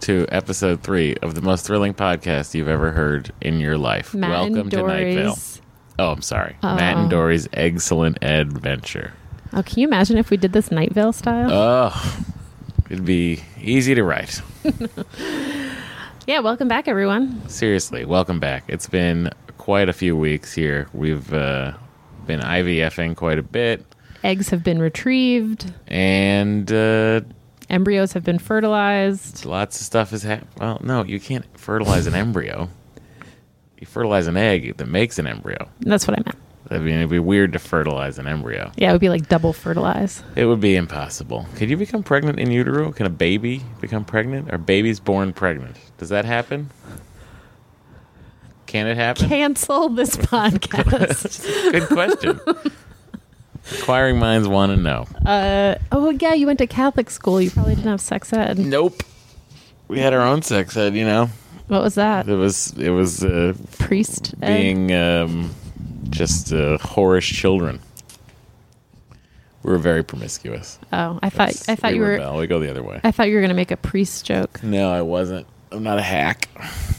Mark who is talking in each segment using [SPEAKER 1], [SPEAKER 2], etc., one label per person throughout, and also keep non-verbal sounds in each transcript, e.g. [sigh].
[SPEAKER 1] to episode three of the most thrilling podcast you've ever heard in your life.
[SPEAKER 2] Matt
[SPEAKER 1] Welcome
[SPEAKER 2] and
[SPEAKER 1] to Night Vale.
[SPEAKER 2] Dory's.
[SPEAKER 1] Oh, I'm sorry. Matt and
[SPEAKER 2] Oh.
[SPEAKER 1] Dory's excellent adventure.
[SPEAKER 2] Oh, can you imagine if we did this Nightvale style?
[SPEAKER 1] Oh, it'd be easy to write.
[SPEAKER 2] yeah, welcome back, everyone.
[SPEAKER 1] Seriously, welcome back. It's been quite a few weeks here. We've uh, been IVFing quite a bit,
[SPEAKER 2] Eggs have been retrieved,
[SPEAKER 1] and uh,
[SPEAKER 2] embryos have been fertilized.
[SPEAKER 1] lots of stuff has happened. Well, no, you can't fertilize an embryo. You fertilize an egg that makes an embryo.
[SPEAKER 2] That's what I meant.
[SPEAKER 1] I mean, it'd be weird to fertilize an embryo.
[SPEAKER 2] Yeah, it would be like double fertilize.
[SPEAKER 1] It would be impossible. Could you become pregnant in utero? Can a baby become pregnant? Are babies born pregnant? Does that happen? Can it happen? [laughs]
[SPEAKER 2] Cancel this podcast.
[SPEAKER 1] Good question. Inquiring minds want to know.
[SPEAKER 2] oh, yeah, you went to Catholic school. You probably didn't have sex ed.
[SPEAKER 1] Nope. We had our own sex ed, you know.
[SPEAKER 2] What was that?
[SPEAKER 1] It was it was uh,
[SPEAKER 2] Priest ed?
[SPEAKER 1] being um, just uh, whorish children. We were very promiscuous.
[SPEAKER 2] Oh, I thought I thought
[SPEAKER 1] we
[SPEAKER 2] you were
[SPEAKER 1] rebel. We go the other way.
[SPEAKER 2] I thought you were going to make a priest joke.
[SPEAKER 1] No, I wasn't. I'm not a hack.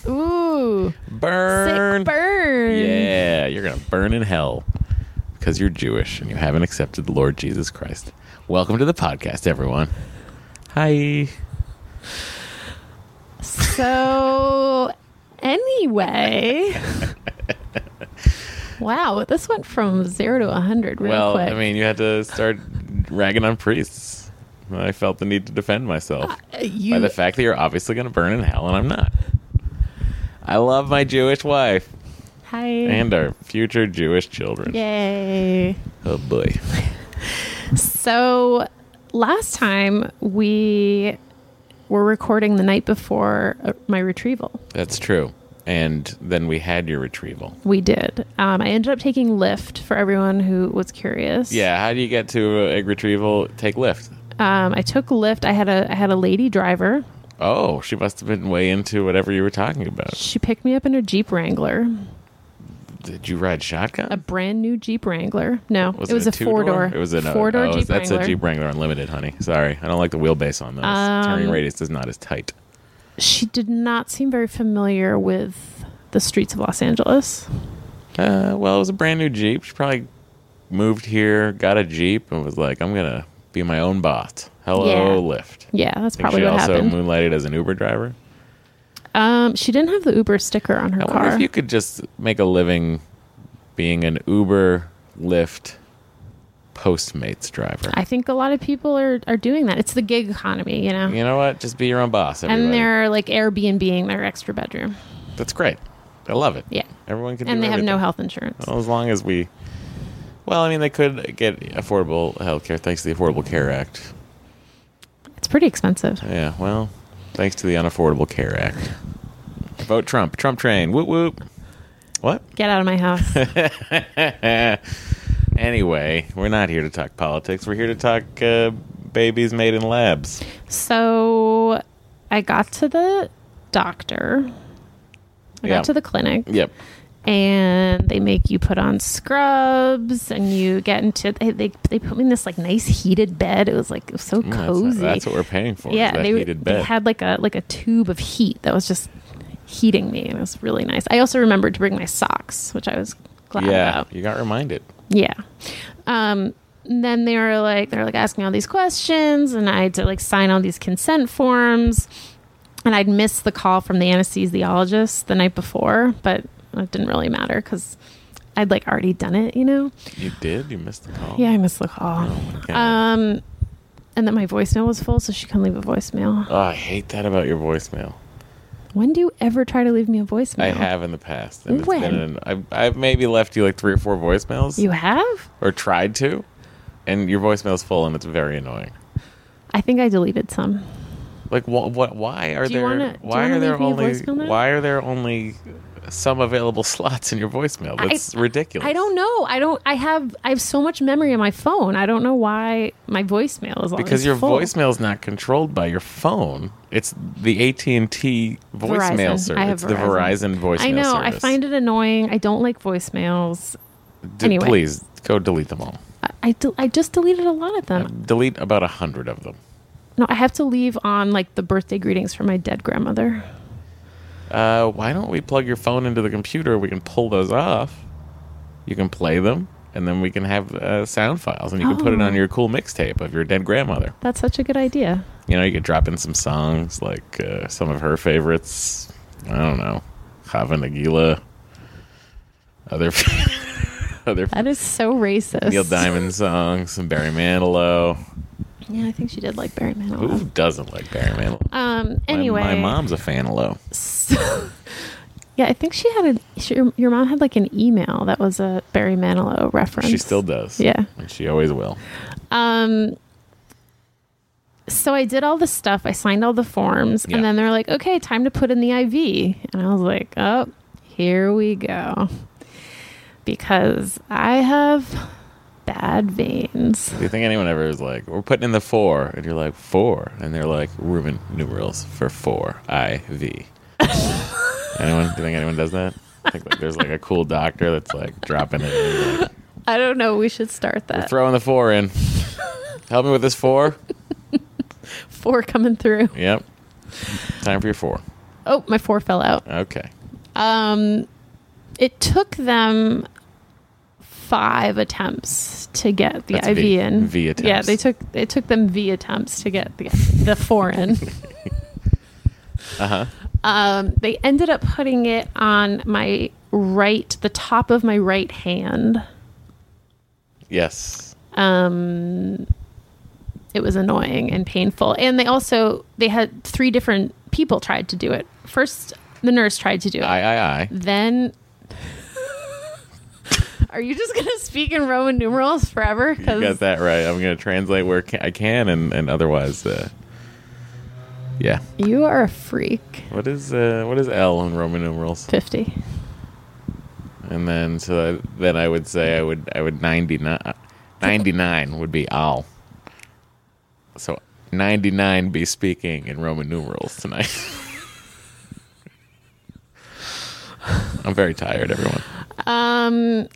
[SPEAKER 2] Ooh.
[SPEAKER 1] Burn.
[SPEAKER 2] Sick burn.
[SPEAKER 1] Yeah, you're gonna burn in hell because you're Jewish and you haven't accepted the Lord Jesus Christ. Welcome to the podcast, everyone. Hi.
[SPEAKER 2] So, anyway. wow, this went from zero to 100 real
[SPEAKER 1] well,
[SPEAKER 2] quick.
[SPEAKER 1] I mean, you had to start ragging on priests. I felt the need to defend myself
[SPEAKER 2] Uh, you,
[SPEAKER 1] by the fact that you're obviously going to burn in hell, and I'm not. I love my Jewish wife
[SPEAKER 2] hi.
[SPEAKER 1] and our future Jewish children.
[SPEAKER 2] Yay.
[SPEAKER 1] Oh boy.
[SPEAKER 2] So, last time we were recording the night before uh, my retrieval.
[SPEAKER 1] That's true. and then we had your retrieval.
[SPEAKER 2] We did. Um, I ended up taking Lyft for everyone who was curious.
[SPEAKER 1] Yeah, how do you get to uh, egg retrieval? Take Lyft.
[SPEAKER 2] Um, I took Lyft. I had a I had a lady driver.
[SPEAKER 1] Oh, she must have been way into whatever you were talking about.
[SPEAKER 2] She picked me up in her Jeep Wrangler,
[SPEAKER 1] Did you ride
[SPEAKER 2] a
[SPEAKER 1] shotgun?
[SPEAKER 2] brand new Jeep Wrangler. No, it was a,
[SPEAKER 1] two-door?
[SPEAKER 2] four door.
[SPEAKER 1] It was a oh,
[SPEAKER 2] four door Jeep
[SPEAKER 1] That's
[SPEAKER 2] Wrangler. Um,
[SPEAKER 1] a Jeep Wrangler Unlimited, honey. Sorry, I don't like the wheelbase on those. Turning radius is not as tight.
[SPEAKER 2] She did not seem very familiar with the streets of Los Angeles.
[SPEAKER 1] Uh, well, it was a brand new Jeep. She probably moved here, got a Jeep, and was like, "I'm gonna be my own boss." Hello,
[SPEAKER 2] Yeah.
[SPEAKER 1] Lyft.
[SPEAKER 2] Yeah, that's
[SPEAKER 1] Think
[SPEAKER 2] probably
[SPEAKER 1] she
[SPEAKER 2] what
[SPEAKER 1] also
[SPEAKER 2] happened.
[SPEAKER 1] moonlighted as an Uber driver.
[SPEAKER 2] um, she didn't have the Uber sticker on her
[SPEAKER 1] I wonder
[SPEAKER 2] car.
[SPEAKER 1] if you could just make a living being an Uber, Lyft, Postmates driver.
[SPEAKER 2] I think a lot of people are, are doing that. It's the gig economy, you know.
[SPEAKER 1] you know what? Just be your own boss. Everybody.
[SPEAKER 2] and they're like Airbnbing their extra bedroom.
[SPEAKER 1] That's great. I love it.
[SPEAKER 2] Yeah.
[SPEAKER 1] Everyone can. do
[SPEAKER 2] And they have
[SPEAKER 1] everything.
[SPEAKER 2] no
[SPEAKER 1] Oh.
[SPEAKER 2] health insurance.
[SPEAKER 1] Well, as long as we, well, I mean, they could get affordable health care thanks to the Affordable Care Act.
[SPEAKER 2] It's pretty expensive.
[SPEAKER 1] Yeah, well, thanks to the Unaffordable Care Act. Vote Trump. Trump train. Whoop whoop. What?
[SPEAKER 2] Get out of my
[SPEAKER 1] [laughs]
[SPEAKER 2] house.
[SPEAKER 1] Anyway, we're not here to talk politics. We're here to talk uh, babies made in labs.
[SPEAKER 2] so I got to the doctor. I
[SPEAKER 1] Yeah.
[SPEAKER 2] got to the clinic
[SPEAKER 1] Yep.
[SPEAKER 2] and they make you put on scrubs and you get into they they, they put me in this like nice heated bed. It was like it was so
[SPEAKER 1] That's-
[SPEAKER 2] cozy.
[SPEAKER 1] That's, what we're paying for.
[SPEAKER 2] yeah,
[SPEAKER 1] is that
[SPEAKER 2] they,
[SPEAKER 1] heated bed.
[SPEAKER 2] they had like a like a tube of heat that was just heating me. It was really nice. I also remembered to bring my socks, which I was glad
[SPEAKER 1] yeah,
[SPEAKER 2] about.
[SPEAKER 1] you got reminded.
[SPEAKER 2] Yeah. Um, and then they were like, they're like asking all these questions, and I had to like sign all these consent forms. And I'd missed the call from the anesthesiologist the night before, but it didn't really matter because I'd like already done it, you know?
[SPEAKER 1] You did. You missed the call.
[SPEAKER 2] Yeah, I missed the
[SPEAKER 1] Oh,
[SPEAKER 2] call.
[SPEAKER 1] Okay.
[SPEAKER 2] Um, and then my voicemail was full, so she couldn't leave a voicemail.
[SPEAKER 1] oh, I hate that about your voicemail.
[SPEAKER 2] When do you ever try to leave me a voicemail?
[SPEAKER 1] I have in the past, and it's
[SPEAKER 2] When?
[SPEAKER 1] been an, I've, I've maybe left you like three or four voicemails,
[SPEAKER 2] You have?
[SPEAKER 1] or tried to, and your voicemail's full, and it's very annoying.
[SPEAKER 2] I think I deleted some.
[SPEAKER 1] Like what? What? Why are
[SPEAKER 2] Do you
[SPEAKER 1] there?
[SPEAKER 2] wanna- do you
[SPEAKER 1] why
[SPEAKER 2] wanna
[SPEAKER 1] are there
[SPEAKER 2] leave me a
[SPEAKER 1] only?
[SPEAKER 2] voicemail now?
[SPEAKER 1] Why are there only some available [laughs] slots in your voicemail? That's
[SPEAKER 2] I-
[SPEAKER 1] ridiculous.
[SPEAKER 2] I don't know. I don't. I have. I have so much memory on my phone. I don't know why my voicemail is always
[SPEAKER 1] because your
[SPEAKER 2] full.
[SPEAKER 1] voicemail's not controlled by your phone. It's the AT and T voicemail
[SPEAKER 2] Verizon.
[SPEAKER 1] service.
[SPEAKER 2] I have
[SPEAKER 1] it's the Verizon voicemail.
[SPEAKER 2] I know.
[SPEAKER 1] Service.
[SPEAKER 2] I find it annoying. I don't like voicemails.
[SPEAKER 1] D-
[SPEAKER 2] anyway.
[SPEAKER 1] Please go delete them all.
[SPEAKER 2] I I, del- I just deleted a lot of them.
[SPEAKER 1] Delete about a hundred of them.
[SPEAKER 2] No, I have to leave on like the birthday greetings for my dead grandmother.
[SPEAKER 1] Uh, why don't we plug your phone into the computer? We can pull those off. You can play them, and then we can have uh, sound files, and you can put it
[SPEAKER 2] Oh.
[SPEAKER 1] on your cool mixtape of your dead grandmother.
[SPEAKER 2] That's such a good idea.
[SPEAKER 1] You know, you could drop in some songs like uh, some of her favorites. I don't know, Hava Nagila, other [laughs] other
[SPEAKER 2] That is so racist.
[SPEAKER 1] Neil Diamond songs, some Barry Manilow.
[SPEAKER 2] Yeah, I think she did like Barry Manilow.
[SPEAKER 1] Who doesn't like Barry Manilow?
[SPEAKER 2] Um.
[SPEAKER 1] My-
[SPEAKER 2] Anyway,
[SPEAKER 1] my, mom's a fan of low.
[SPEAKER 2] So, yeah, I think she had a. She, your- your mom had like an email that was a Barry Manilow reference.
[SPEAKER 1] She still does.
[SPEAKER 2] Yeah.
[SPEAKER 1] and she always will.
[SPEAKER 2] Um. So I did all the stuff. I signed all the forms,
[SPEAKER 1] Yeah.
[SPEAKER 2] and then they're like, "Okay, time to put in the IV," and I was like, "Oh, here we go," because I have bad veins.
[SPEAKER 1] Do you think anyone ever is like, we're putting in the four, and you're like four, and they're like Roman numerals for four, I V. anyone? Do you think anyone does that? I think like, there's like a cool doctor that's like dropping it. in, like,
[SPEAKER 2] I don't know. We should start
[SPEAKER 1] We're
[SPEAKER 2] that.
[SPEAKER 1] throwing the four in. Help me with this four.
[SPEAKER 2] Four coming through.
[SPEAKER 1] Yep. Time for your four.
[SPEAKER 2] Oh, my four fell out.
[SPEAKER 1] Okay.
[SPEAKER 2] um, it took them five attempts to get the
[SPEAKER 1] That's
[SPEAKER 2] IV
[SPEAKER 1] V.
[SPEAKER 2] in.
[SPEAKER 1] V attempts.
[SPEAKER 2] Yeah, they took it took them V attempts to get the the foreign.
[SPEAKER 1] Uh huh.
[SPEAKER 2] um, they ended up putting it on my right, the top of my right hand.
[SPEAKER 1] Yes.
[SPEAKER 2] Um, it was annoying and painful, and they also they had three different people tried to do it. First, the nurse tried to do it.
[SPEAKER 1] I I I.
[SPEAKER 2] then [laughs] are you just gonna speak in roman numerals forever
[SPEAKER 1] You got
[SPEAKER 2] because
[SPEAKER 1] that right. I'm going to translate where ca- I can, and and otherwise, uh, Yeah.
[SPEAKER 2] You are a freak.
[SPEAKER 1] What is uh, what is L in Roman numerals?
[SPEAKER 2] 50.
[SPEAKER 1] And then so I, then I would say I would I would 99, 99 would be al. So 99 be speaking in Roman numerals tonight. [laughs] I'm very tired, everyone.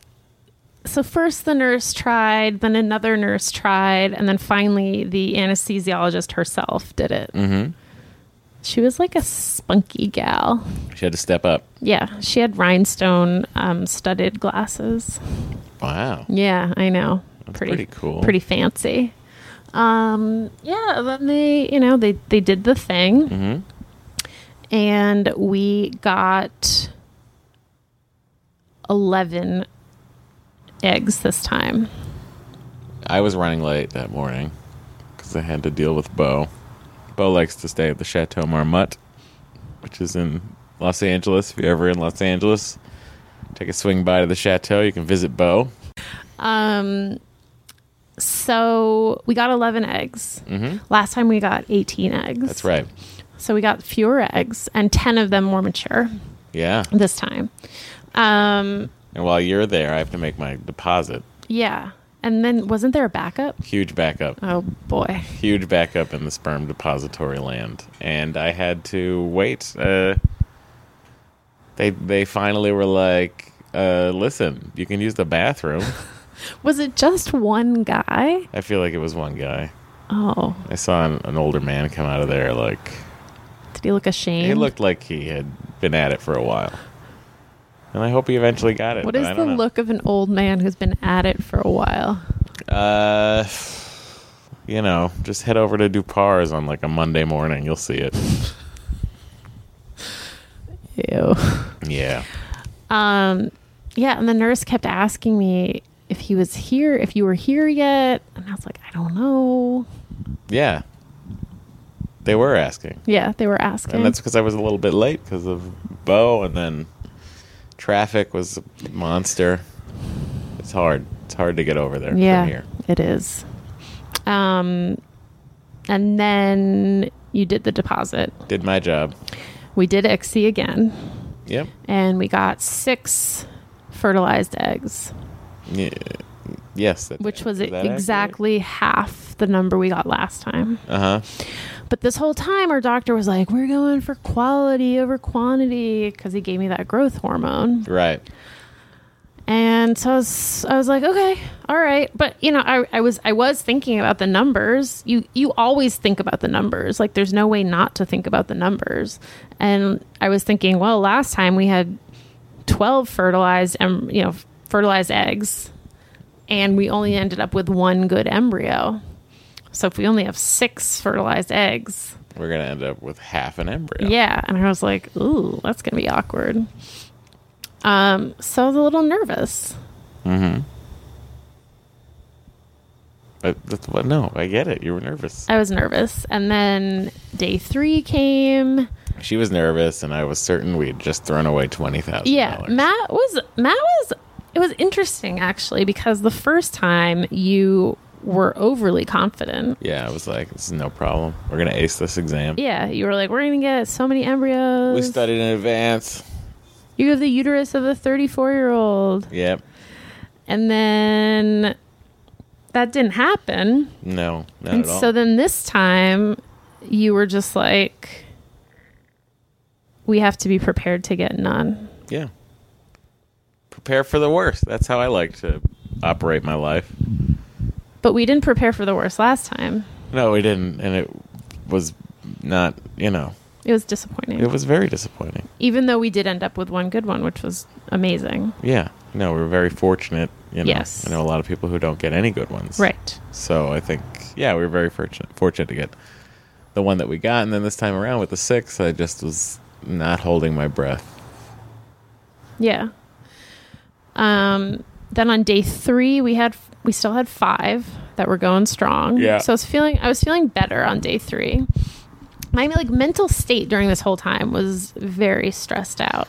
[SPEAKER 2] So first the nurse tried, then another nurse tried, and then finally the anesthesiologist herself did it. Mm-hmm. She was like a spunky gal.
[SPEAKER 1] She had to step up.
[SPEAKER 2] Yeah, she had rhinestone um, studded glasses.
[SPEAKER 1] Wow.
[SPEAKER 2] Yeah, I know.
[SPEAKER 1] pretty cool.
[SPEAKER 2] Pretty fancy. Um, yeah, then they, you know, they they did the thing,
[SPEAKER 1] Mm-hmm.
[SPEAKER 2] and we got eleven eggs this time.
[SPEAKER 1] I was running late that morning because I had to deal with Bo. Bo likes to stay at the Chateau Marmot, which is in Los Angeles. If you're ever in Los Angeles, take a swing by to the Chateau. You can visit Bo.
[SPEAKER 2] So we got eleven eggs. Last time we got eighteen eggs.
[SPEAKER 1] Mm-hmm. That's right.
[SPEAKER 2] So we got fewer eggs, and ten of them were mature
[SPEAKER 1] Yeah.
[SPEAKER 2] this time. Um,
[SPEAKER 1] And while you're there, I have to make my deposit.
[SPEAKER 2] yeah, and then wasn't there a backup?
[SPEAKER 1] Huge backup.
[SPEAKER 2] Oh boy.
[SPEAKER 1] Huge backup in the sperm depository land. And I had to wait. Uh, they, they finally were like, uh, listen, you can use the bathroom.
[SPEAKER 2] Was it just one guy?
[SPEAKER 1] I feel like it was one guy.
[SPEAKER 2] Oh,
[SPEAKER 1] I saw an, an older man come out of there. Like
[SPEAKER 2] did he look ashamed?
[SPEAKER 1] he looked like he had been at it for a while, and I hope he eventually got it.
[SPEAKER 2] What
[SPEAKER 1] but
[SPEAKER 2] is
[SPEAKER 1] I
[SPEAKER 2] the
[SPEAKER 1] don't know.
[SPEAKER 2] look of an old man who's been at it for a while?
[SPEAKER 1] Uh, you know, just head over to Dupar's on like a Monday morning. You'll see it.
[SPEAKER 2] Ew.
[SPEAKER 1] Yeah,
[SPEAKER 2] Um, yeah, and the nurse kept asking me if he was here, if you were here yet, and I was like, I don't know.
[SPEAKER 1] yeah. They were asking,
[SPEAKER 2] Yeah, they were asking.
[SPEAKER 1] and that's because I was a little bit late because of Bo, and then traffic was a monster. It's hard. It's hard to get over there
[SPEAKER 2] yeah,
[SPEAKER 1] from here.
[SPEAKER 2] it is. Um, and then you did the deposit.
[SPEAKER 1] Did my job.
[SPEAKER 2] We did ICSI again,
[SPEAKER 1] Yep.
[SPEAKER 2] and we got six fertilized eggs.
[SPEAKER 1] Yeah. Yes. that-
[SPEAKER 2] which was
[SPEAKER 1] is that
[SPEAKER 2] exactly half the number we got last time.
[SPEAKER 1] Uh huh.
[SPEAKER 2] But this whole time, our doctor was like, "We're going for quality over quantity," because he gave me that growth hormone,
[SPEAKER 1] Right.
[SPEAKER 2] and so I was, I was like, "Okay, all right." But you know, I, I was, I was thinking about the numbers. You, you always think about the numbers. Like, there's no way not to think about the numbers. And I was thinking, well, last time we had 12 fertilized em- you know fertilized eggs and we only ended up with one good embryo so if we only have six fertilized eggs
[SPEAKER 1] We're gonna end up with half an embryo.
[SPEAKER 2] yeah and i was like ooh that's gonna be awkward um so i was a little nervous
[SPEAKER 1] But, that's what no, I get it. You were nervous.
[SPEAKER 2] i was nervous and then day three came
[SPEAKER 1] She was nervous, and I was certain we had just thrown away twenty thousand.
[SPEAKER 2] yeah matt was matt was it was interesting actually because the first time you were overly confident
[SPEAKER 1] Yeah. I was like, this is no problem. We're gonna ace this exam.
[SPEAKER 2] Yeah, you were like, we're gonna get so many embryos.
[SPEAKER 1] We studied in advance.
[SPEAKER 2] you have the uterus of a 34 year old,
[SPEAKER 1] Yep.
[SPEAKER 2] and then that didn't happen.
[SPEAKER 1] No. Not
[SPEAKER 2] And
[SPEAKER 1] at all.
[SPEAKER 2] so then this time, you were just like, we have to be prepared to get none.
[SPEAKER 1] yeah. Prepare for the worst. That's how I like to operate my life.
[SPEAKER 2] But we didn't prepare for the worst last time.
[SPEAKER 1] No, we didn't, and it was not. You know,
[SPEAKER 2] It was disappointing,
[SPEAKER 1] it was very disappointing.
[SPEAKER 2] even though we did end up with one good one, which was amazing.
[SPEAKER 1] Yeah. No, we're very fortunate. You know,
[SPEAKER 2] Yes.
[SPEAKER 1] I know a lot of people who don't get any good ones.
[SPEAKER 2] Right.
[SPEAKER 1] So I think, yeah, we were very fortunate, fortunate to get the one that we got. And then this time around with the six, I just was not holding my breath.
[SPEAKER 2] Yeah. Um, then on day three, we had we still had five that were going strong.
[SPEAKER 1] Yeah.
[SPEAKER 2] So I was feeling I was feeling better on day three. My like mental state during this whole time was very stressed out.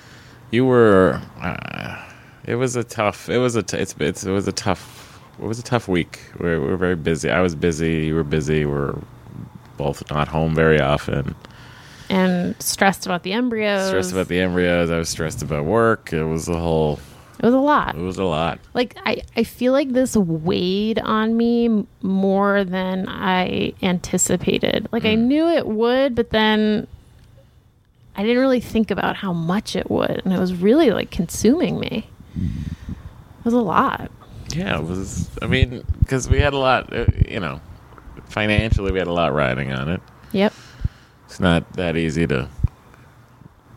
[SPEAKER 1] You were, uh, it was a tough, it was a, t- it's, it's, it was a tough, it was a tough week. We were, we were very busy. I was busy. You were busy. We are both not home very often.
[SPEAKER 2] and stressed about the embryos.
[SPEAKER 1] Stressed about the embryos. I was stressed about work. It was a whole.
[SPEAKER 2] It was a lot.
[SPEAKER 1] It was a lot.
[SPEAKER 2] Like I, I feel like this weighed on me m- more than I anticipated. Like I knew it would, but then I didn't really think about how much it would, and it was really like consuming me. It was a lot.
[SPEAKER 1] Yeah, it was. I mean, because we had a lot. uh, You know, financially, we had a lot riding on it.
[SPEAKER 2] Yep.
[SPEAKER 1] It's not that easy to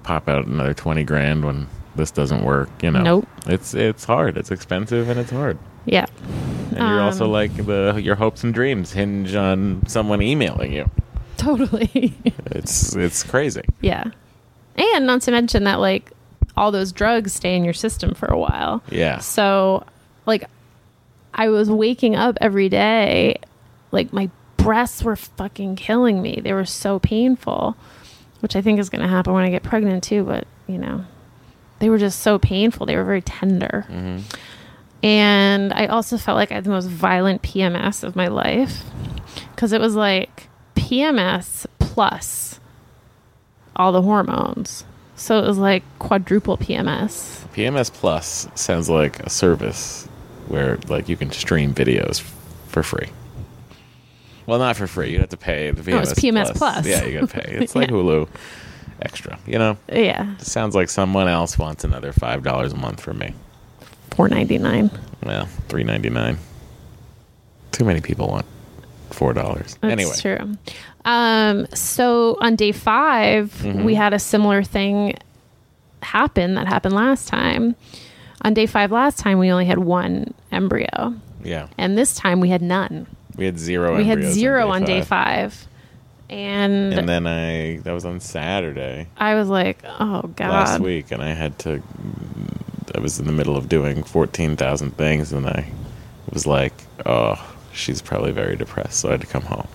[SPEAKER 1] pop out another twenty grand when this doesn't work. You know.
[SPEAKER 2] Nope.
[SPEAKER 1] It's it's hard. It's expensive and it's hard.
[SPEAKER 2] Yeah.
[SPEAKER 1] And you're also
[SPEAKER 2] Um,
[SPEAKER 1] like the your hopes and dreams hinge on someone emailing you.
[SPEAKER 2] Totally. [laughs]
[SPEAKER 1] It's it's crazy.
[SPEAKER 2] yeah. And not to mention that like all those drugs stay in your system for a while.
[SPEAKER 1] Yeah.
[SPEAKER 2] So, like, I was waking up every day, like, my breasts were fucking killing me. They were so painful, which I think is going to happen when I get pregnant, too. But, you know, they were just so painful. They were very tender. And I also felt like I had the most violent PMS of my life because it was like PMS plus all the hormones. So it was like quadruple PMS.
[SPEAKER 1] PMS Plus sounds like a service where like you can stream videos f- for free. Well, not for free. You have to pay the PMS.
[SPEAKER 2] Oh, it's PMS Plus.
[SPEAKER 1] Yeah, you got to pay.
[SPEAKER 2] [laughs]
[SPEAKER 1] It's like
[SPEAKER 2] Yeah.
[SPEAKER 1] Hulu extra. You know,
[SPEAKER 2] Yeah,
[SPEAKER 1] it sounds like someone else wants another five dollars a month from me.
[SPEAKER 2] four ninety nine.
[SPEAKER 1] Well, three ninety nine. Too many people want four dollars.
[SPEAKER 2] That's
[SPEAKER 1] Anyway,
[SPEAKER 2] true. Um, so on day 5
[SPEAKER 1] Mm-hmm.
[SPEAKER 2] we had a similar thing happen that happened last time. On day five last time, we only had one embryo,
[SPEAKER 1] yeah,
[SPEAKER 2] and this time we had none.
[SPEAKER 1] we had zero.
[SPEAKER 2] we had
[SPEAKER 1] embryos
[SPEAKER 2] zero on day five, and,
[SPEAKER 1] And then I that was on Saturday.
[SPEAKER 2] I was like, "Oh God!"
[SPEAKER 1] last week and I had to I was in the middle of doing 14,000 things and I was like, "Oh, she's probably very depressed." So I had to come home.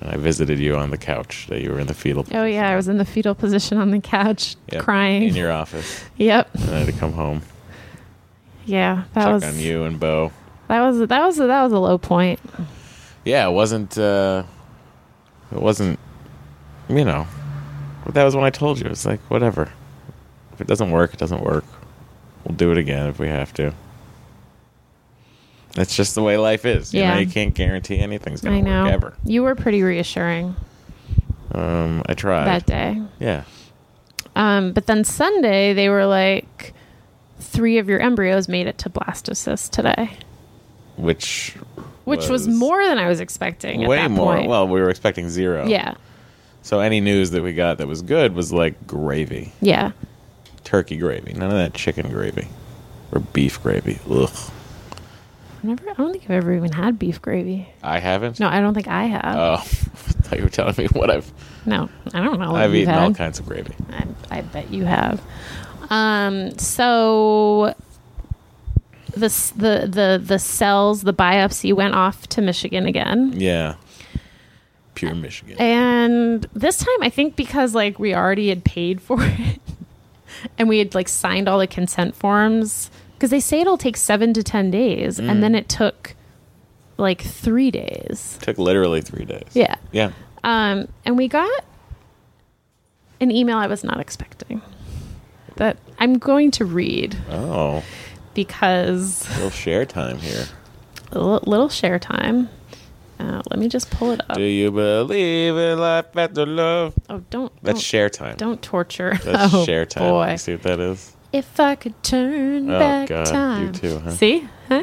[SPEAKER 1] And I visited you on the couch that you were in the fetal
[SPEAKER 2] Oh yeah, I was in the fetal position on the couch,
[SPEAKER 1] Yep,
[SPEAKER 2] crying.
[SPEAKER 1] in your office.
[SPEAKER 2] [laughs] yep.
[SPEAKER 1] And I had to come home.
[SPEAKER 2] Yeah, that
[SPEAKER 1] check
[SPEAKER 2] was
[SPEAKER 1] on you and Bo.
[SPEAKER 2] that was that was that was a low point.
[SPEAKER 1] Yeah, it wasn't uh it wasn't you know. But that was when I told you. It's like, whatever. If it doesn't work, it doesn't work. We'll do it again if we have to. That's just the way life is. You
[SPEAKER 2] Yeah.
[SPEAKER 1] know, you can't guarantee anything's
[SPEAKER 2] I
[SPEAKER 1] gonna
[SPEAKER 2] know.
[SPEAKER 1] work ever.
[SPEAKER 2] You were pretty reassuring
[SPEAKER 1] Um I tried.
[SPEAKER 2] that day.
[SPEAKER 1] yeah.
[SPEAKER 2] Um, but then Sunday, they were like, three of your embryos made it to blastocyst today,
[SPEAKER 1] Which
[SPEAKER 2] which was, more than I was expecting. At
[SPEAKER 1] way
[SPEAKER 2] that
[SPEAKER 1] more
[SPEAKER 2] Point.
[SPEAKER 1] well, we were expecting zero.
[SPEAKER 2] yeah,
[SPEAKER 1] So any news that we got that was good was like gravy.
[SPEAKER 2] yeah.
[SPEAKER 1] Turkey gravy. None of that chicken gravy. Or beef gravy. Ugh.
[SPEAKER 2] I've Never, I don't think I've ever even had beef gravy.
[SPEAKER 1] I haven't.
[SPEAKER 2] No, I don't think I have.
[SPEAKER 1] Oh, [laughs] I thought you were telling me what I've
[SPEAKER 2] no, I don't know. what
[SPEAKER 1] I've
[SPEAKER 2] you've
[SPEAKER 1] eaten
[SPEAKER 2] had.
[SPEAKER 1] all kinds of gravy.
[SPEAKER 2] I, I bet you have. Um, so the, s- the the the cells, the biopsy went off to Michigan again.
[SPEAKER 1] Yeah, pure Michigan.
[SPEAKER 2] And this time, I think because like we already had paid for [laughs] it and we had like signed all the consent forms, because they say it'll take seven to 10 days.
[SPEAKER 1] Mm.
[SPEAKER 2] And then it took like three days.
[SPEAKER 1] took literally three days.
[SPEAKER 2] Yeah.
[SPEAKER 1] yeah.
[SPEAKER 2] Um, and we got an email I was not expecting that I'm going to read
[SPEAKER 1] Oh,
[SPEAKER 2] because
[SPEAKER 1] little share time here.
[SPEAKER 2] a li- little share time. Uh, let me just pull it up.
[SPEAKER 1] Do you believe in life after love?
[SPEAKER 2] Oh, don't
[SPEAKER 1] That's
[SPEAKER 2] don't,
[SPEAKER 1] share time.
[SPEAKER 2] don't torture.
[SPEAKER 1] That's
[SPEAKER 2] [laughs] oh,
[SPEAKER 1] share time.
[SPEAKER 2] Boy.
[SPEAKER 1] You see what that is?
[SPEAKER 2] If I could turn
[SPEAKER 1] Oh,
[SPEAKER 2] back
[SPEAKER 1] God, you
[SPEAKER 2] time.
[SPEAKER 1] too, huh?
[SPEAKER 2] See? Huh?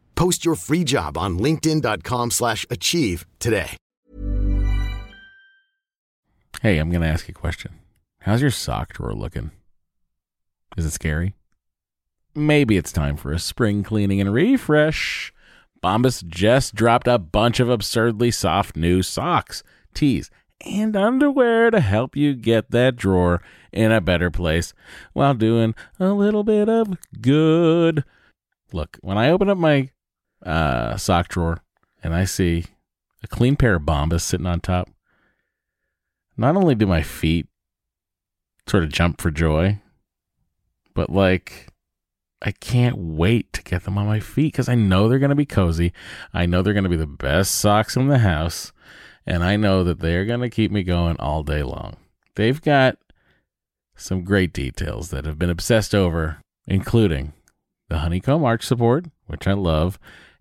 [SPEAKER 3] Post your free job on linkedin.com/achieve slash achieve today.
[SPEAKER 4] Hey, I'm going to ask you a question. How's your sock drawer looking? Is it scary? Maybe it's time for a spring cleaning and refresh. Bombas just dropped a bunch of absurdly soft new socks, tees, and underwear to help you get that drawer in a better place while doing a little bit of good. Look, when I open up my uh, sock drawer and I see a clean pair of Bombas sitting on top, not only do my feet sort of jump for joy, but like I can't wait to get them on my feet because I know they're going to be cozy. I know they're going to be the best socks in the house. And I know that they're going to keep me going all day long. They've got some great details that have been obsessed over, including the honeycomb arch support, which I love,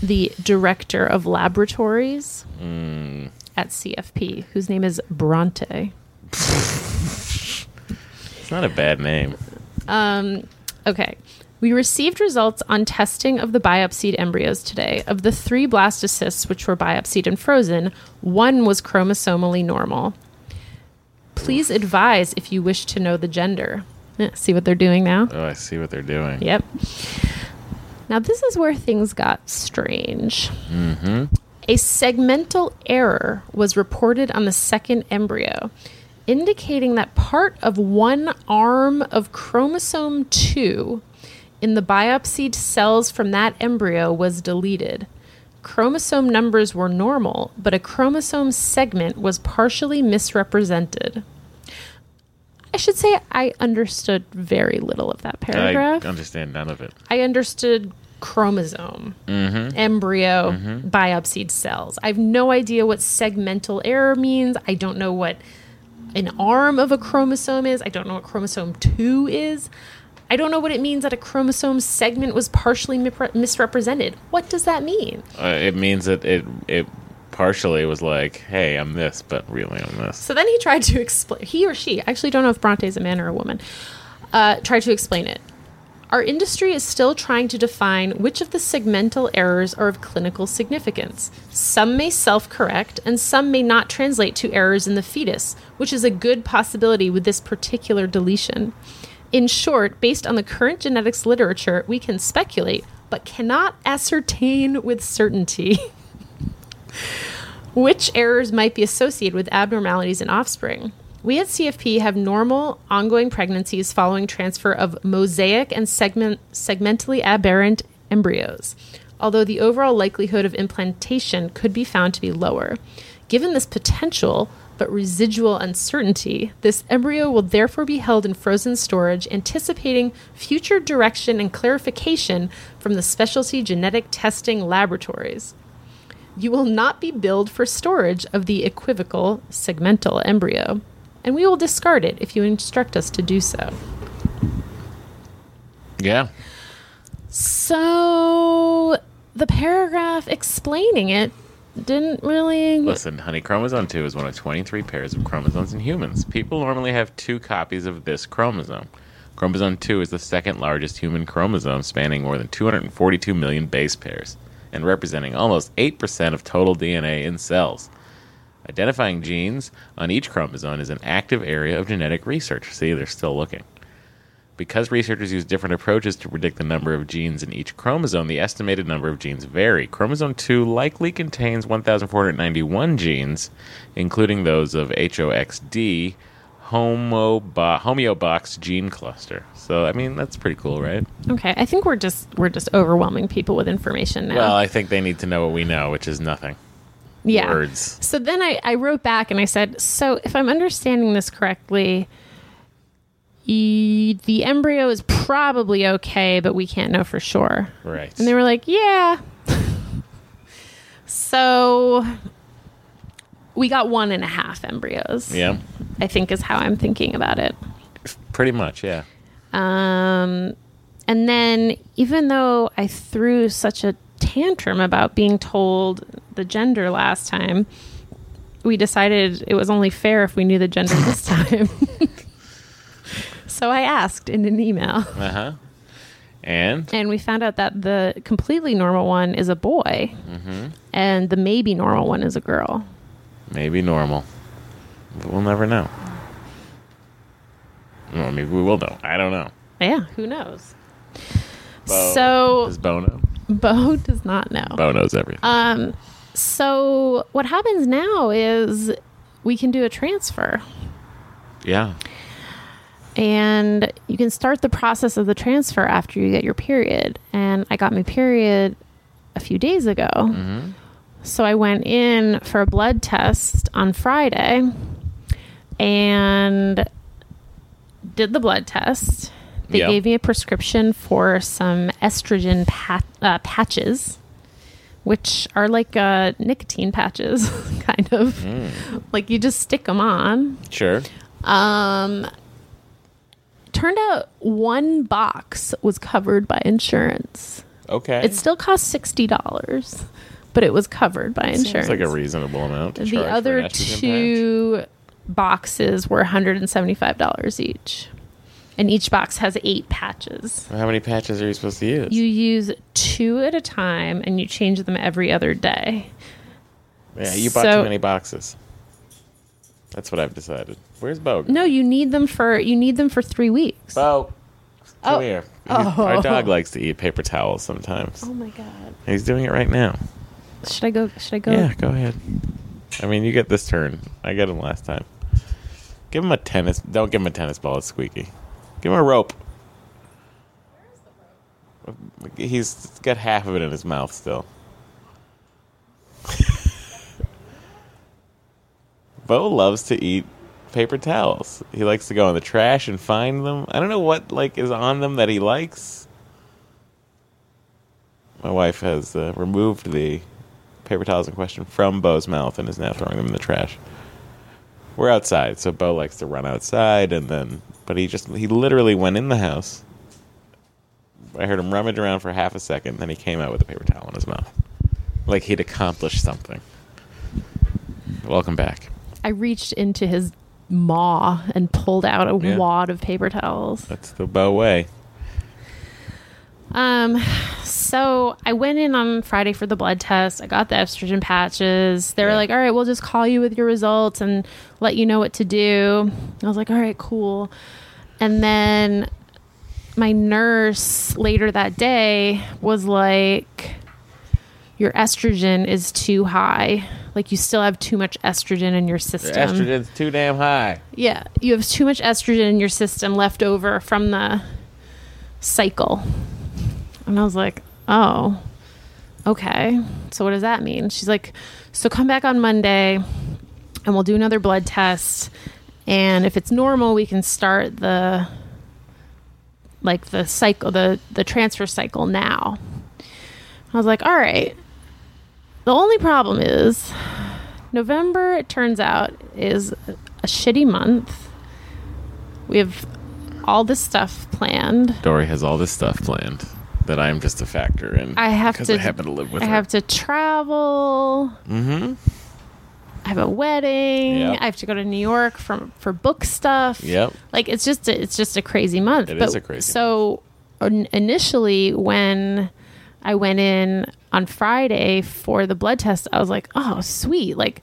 [SPEAKER 2] the director of laboratories
[SPEAKER 1] Hmm.
[SPEAKER 2] at CFP, whose name is Bronte.
[SPEAKER 1] It's not a bad name.
[SPEAKER 2] Um, okay. We received results on testing of the biopsied embryos today. Of the three blastocysts which were biopsied and frozen, one was chromosomally normal. Please advise if you wish to know the gender. Yeah, see what they're doing now?
[SPEAKER 1] Oh, I see what they're doing.
[SPEAKER 2] Yep. Now, this is where things got strange. A segmental error was reported on the second embryo, indicating that part of one arm of chromosome 2 in the biopsied cells from that embryo was deleted. Chromosome numbers were normal, but a chromosome segment was partially misrepresented. I should say I understood very little of that
[SPEAKER 1] I
[SPEAKER 2] paragraph.
[SPEAKER 1] understand none of it.
[SPEAKER 2] I understood chromosome, embryo, biopsied cells. I have no idea what segmental error means. I don't know what an arm of a chromosome is. I don't know what chromosome 2 is. I don't know what it means that a chromosome segment was partially mipre- misrepresented. What does that mean?
[SPEAKER 1] Uh, it means that it it partially was like, hey, I'm this, but really I'm this.
[SPEAKER 2] So then he tried to explain, he or she, I actually don't know if Bronte's a man or a woman, uh, tried to explain it. Our industry is still trying to define which of the segmental errors are of clinical significance. Some may self correct, and some may not translate to errors in the fetus, which is a good possibility with this particular deletion. In short, based on the current genetics literature, we can speculate, but cannot ascertain with certainty [laughs] which errors might be associated with abnormalities in offspring. We at CFP have normal ongoing pregnancies following transfer of mosaic and segment, segmentally aberrant embryos, although the overall likelihood of implantation could be found to be lower. Given this potential but residual uncertainty, this embryo will therefore be held in frozen storage, anticipating future direction and clarification from the specialty genetic testing laboratories you will not be billed for storage of the equivocal segmental embryo, and we will discard it if you instruct us to do so.
[SPEAKER 1] Yeah.
[SPEAKER 2] So the paragraph explaining it didn't really.
[SPEAKER 1] Listen, honey, chromosome 2 is one of 23 pairs of chromosomes in humans. People normally have two copies of this chromosome. Chromosome 2 is the second largest human chromosome, spanning more than 242 million base pairs and representing almost 8% of total DNA in cells. Identifying genes on each chromosome is an active area of genetic research. See, they're still looking. Because researchers use different approaches to predict the number of genes in each chromosome, the estimated number of genes vary. Chromosome 2 likely contains 1,491 genes, including those of HOXD homobo- homeobox gene cluster. So, I mean, that's pretty cool, right?
[SPEAKER 2] Okay, I think we're just we're just overwhelming people with information now.
[SPEAKER 1] Well, I think they need to know what we know, which is nothing.
[SPEAKER 2] yeah.
[SPEAKER 1] words.
[SPEAKER 2] So then I, I wrote back and I said, so if I'm understanding this correctly, e- the embryo is probably okay, but we can't know for sure.
[SPEAKER 1] Right.
[SPEAKER 2] And they were like, yeah. [laughs] so we got one and a half embryos,
[SPEAKER 1] yeah,
[SPEAKER 2] I think is how I'm thinking about it.
[SPEAKER 1] pretty much, yeah.
[SPEAKER 2] Um, and then, even though I threw such a tantrum about being told the gender last time, we decided it was only fair if we knew the gender this time. [laughs] so I asked in an email,
[SPEAKER 1] Uh huh. And
[SPEAKER 2] and we found out that the completely normal one is a boy,
[SPEAKER 1] Mm-hmm.
[SPEAKER 2] and the maybe normal one is a girl.
[SPEAKER 1] Maybe normal. But we'll never know. Well, maybe we will know. I don't know.
[SPEAKER 2] Yeah, who knows?
[SPEAKER 1] Bo-
[SPEAKER 2] So
[SPEAKER 1] Does Bo know?
[SPEAKER 2] [laughs] Bo does not know.
[SPEAKER 1] Bo knows everything.
[SPEAKER 2] Uh, So what happens now is we can do a transfer
[SPEAKER 1] yeah.
[SPEAKER 2] and you can start the process of the transfer after you get your period. And I got my period a few days ago. So I went in for a blood test on Friday and did the blood test. They
[SPEAKER 1] Yeah.
[SPEAKER 2] gave me a prescription for some estrogen pat- uh, patches, which are like uh, nicotine patches, [laughs] kind of. Like you just stick them on.
[SPEAKER 1] Sure.
[SPEAKER 2] Turned out one box was covered by insurance.
[SPEAKER 1] Okay.
[SPEAKER 2] It still cost sixty dollars, but it was covered by
[SPEAKER 1] It's
[SPEAKER 2] insurance.
[SPEAKER 1] like a reasonable amount. to charge
[SPEAKER 2] the
[SPEAKER 1] for an
[SPEAKER 2] other
[SPEAKER 1] estrogen
[SPEAKER 2] two boxes were one hundred and seventy-five dollars each, and each box has eight patches.
[SPEAKER 1] patch. How many patches are you supposed to use?
[SPEAKER 2] You use two at a time, and you change them every other day.
[SPEAKER 1] yeah, you bought
[SPEAKER 2] so-
[SPEAKER 1] too many boxes. That's what I've decided. Where's Bo?
[SPEAKER 2] No, you need them for you need them for three weeks.
[SPEAKER 1] Bo,
[SPEAKER 2] Oh.
[SPEAKER 1] come here. Our dog likes to eat paper towels sometimes.
[SPEAKER 2] Oh my god!
[SPEAKER 1] He's doing it right now.
[SPEAKER 2] Should I go? Should I go?
[SPEAKER 1] Yeah, go ahead. I mean, you get this turn. I got him last time. Give him a tennis. Don't give him a tennis ball. It's squeaky. Give him a rope. He's got half of it in his mouth still. [laughs] Bo loves to eat paper towels. He likes to go in the trash and find them. I don't know what like is on them that he likes. My wife has uh, removed the paper towels in question from Bo's mouth and is now throwing them in the trash. We're outside, so Bo likes to run outside and then but he just he literally went in the house. I heard him rummage around for half a second, then he came out with a paper towel in his mouth. Like he'd accomplished something. Welcome back.
[SPEAKER 2] I reached into his maw and pulled out a
[SPEAKER 1] Yeah.
[SPEAKER 2] wad of paper towels.
[SPEAKER 1] That's the Bo way.
[SPEAKER 2] Um, so I went in on Friday for the blood test. I got the estrogen patches. They were
[SPEAKER 1] Yeah.
[SPEAKER 2] like, "All right, we'll just call you with your results and let you know what to do." I was like, "All right, cool." And then my nurse later that day was like, "Your estrogen is too high. Like you still have too much estrogen in your
[SPEAKER 1] Your
[SPEAKER 2] system."
[SPEAKER 1] estrogen's too damn high.
[SPEAKER 2] Yeah, you have too much estrogen in your system left over from the cycle. And I was like, oh, okay. So, what does that mean? She's like, so come back on Monday and we'll do another blood test. And if it's normal, we can start the like the cycle the the transfer cycle now. I was like, all right. The only problem is November, it turns out, is a shitty month. We have all this stuff planned.
[SPEAKER 1] Dory has all this stuff planned that I'm just a factor in.
[SPEAKER 2] I have
[SPEAKER 1] because
[SPEAKER 2] to.
[SPEAKER 1] I happen to live with
[SPEAKER 2] I
[SPEAKER 1] her.
[SPEAKER 2] have to travel.
[SPEAKER 1] mm-hmm.
[SPEAKER 2] I have a wedding.
[SPEAKER 1] Yep.
[SPEAKER 2] I have to go to New York for for book stuff.
[SPEAKER 1] Yep.
[SPEAKER 2] Like it's just a, it's just a crazy month.
[SPEAKER 1] It
[SPEAKER 2] but,
[SPEAKER 1] is a crazy
[SPEAKER 2] So in- initially, when I went in on Friday for the blood test, I was like, oh sweet, like.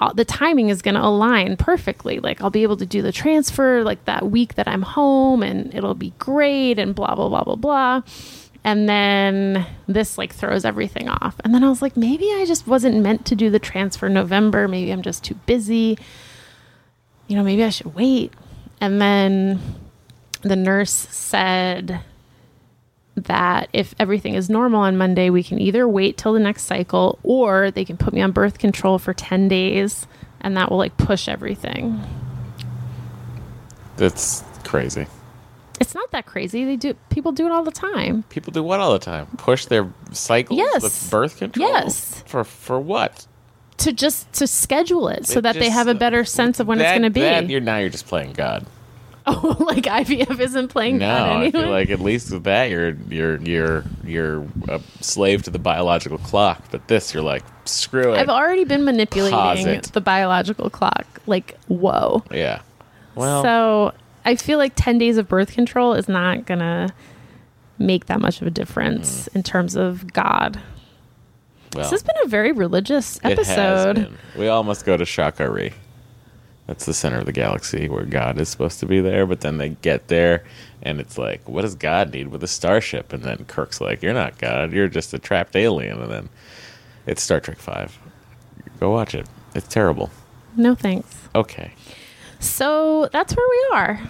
[SPEAKER 2] all- The timing is going to align perfectly. Like I'll be able to do the transfer like that week that I'm home, and it'll be great, and blah blah blah blah blah. And then this like throws everything off. And then I was like, maybe I just wasn't meant to do the transfer in November. Maybe I'm just too busy. You know, maybe I should wait. And then the nurse said that if everything is normal on Monday, we can either wait till the next cycle or they can put me on birth control for 10 days and that will like push everything.
[SPEAKER 1] That's crazy.
[SPEAKER 2] It's not that crazy. They do people do it all the time.
[SPEAKER 1] People do what all the time? Push their cycles
[SPEAKER 2] Yes.
[SPEAKER 1] with birth control.
[SPEAKER 2] Yes.
[SPEAKER 1] For for what?
[SPEAKER 2] To just to schedule it so
[SPEAKER 1] It
[SPEAKER 2] that they
[SPEAKER 1] just-
[SPEAKER 2] have a better sense of when it's
[SPEAKER 1] That-
[SPEAKER 2] going to be. [laughs]
[SPEAKER 1] That, you're now you're just playing God.
[SPEAKER 2] Oh, like IVF isn't playing
[SPEAKER 1] No,
[SPEAKER 2] God
[SPEAKER 1] I
[SPEAKER 2] anyway.
[SPEAKER 1] feel like at least with that you're you're you're you're a slave to the biological clock. But this you're like screw it.
[SPEAKER 2] I've already been
[SPEAKER 1] Pause
[SPEAKER 2] manipulating
[SPEAKER 1] it.
[SPEAKER 2] the biological clock. Like, whoa.
[SPEAKER 1] yeah. Well,
[SPEAKER 2] so I feel like 10 days of birth control is not going to make that much of a difference in terms of God.
[SPEAKER 1] Mm. well
[SPEAKER 2] This has been a very religious episode.
[SPEAKER 1] It has been. We all must go to Shakari. That's the center of the galaxy where God is supposed to be there, but then they get there and it's like, what does God need with a starship? And then Kirk's like, you're not God, you're just a trapped alien. And then it's Star Trek 5. Go watch it. It's terrible.
[SPEAKER 2] No thanks.
[SPEAKER 1] Okay.
[SPEAKER 2] So that's where we are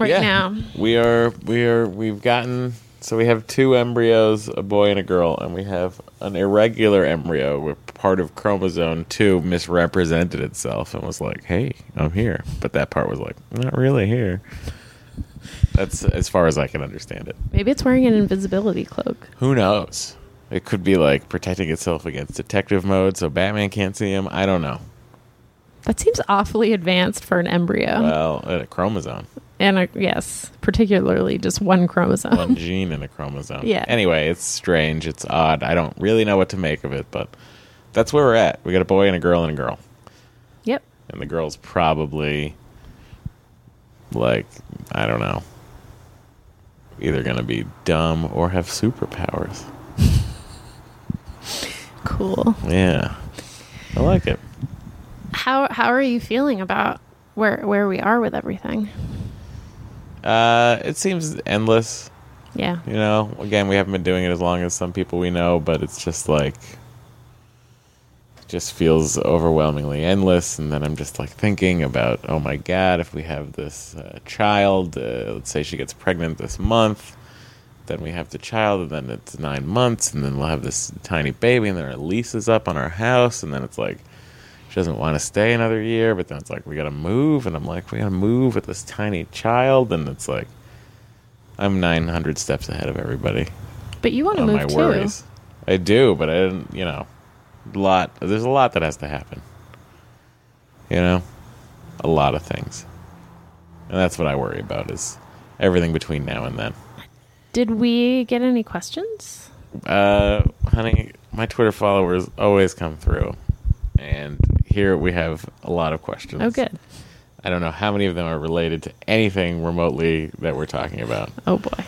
[SPEAKER 2] right
[SPEAKER 1] Yeah.
[SPEAKER 2] now.
[SPEAKER 1] We are we are we've gotten so we have two embryos, a boy and a girl, and we have an irregular embryo where part of chromosome two misrepresented itself and was like, "Hey, I'm here," but that part was like, "Not really here." That's as far as I can understand it.
[SPEAKER 2] Maybe it's wearing an invisibility cloak.
[SPEAKER 1] Who knows? It could be like protecting itself against detective mode, so Batman can't see him. I don't know.
[SPEAKER 2] That seems awfully advanced for an embryo.
[SPEAKER 1] Well, a chromosome.
[SPEAKER 2] and a, yes, particularly just one chromosome.
[SPEAKER 1] one gene in a chromosome.
[SPEAKER 2] Yeah.
[SPEAKER 1] Anyway, it's strange. It's odd. I don't really know what to make of it, but that's where we're at. We got a boy and a girl and a girl,
[SPEAKER 2] Yep.
[SPEAKER 1] and the girl's probably like I don't know, either gonna be dumb or have superpowers.
[SPEAKER 2] Cool.
[SPEAKER 1] Yeah, I like it.
[SPEAKER 2] How how are you feeling about where where we are with everything?
[SPEAKER 1] Uh, it seems endless.
[SPEAKER 2] Yeah.
[SPEAKER 1] You know, again, we haven't been doing it as long as some people we know, but it's just like just feels overwhelmingly endless and then I'm just like thinking about, oh my god, if we have this uh, child, uh, let's say she gets pregnant this month, then we have the child and then it's 9 months and then we'll have this tiny baby and then our lease is up on our house and then it's like she doesn't want to stay another year, but then it's like we got to move and I'm like we got to move with this tiny child and it's like I'm 900 steps ahead of everybody
[SPEAKER 2] But you want to
[SPEAKER 1] on
[SPEAKER 2] move
[SPEAKER 1] my
[SPEAKER 2] too.
[SPEAKER 1] worries. I do, but I didn't, you know, a lot. There's a lot that has to happen. You know, a lot of things. And that's what I worry about is everything between now and then.
[SPEAKER 2] Did we get any questions?
[SPEAKER 1] Uh, honey, my Twitter followers always come through. And here we have a lot of questions.
[SPEAKER 2] Oh, good.
[SPEAKER 1] I don't know how many of them are related to anything remotely that we're talking about.
[SPEAKER 2] Oh boy.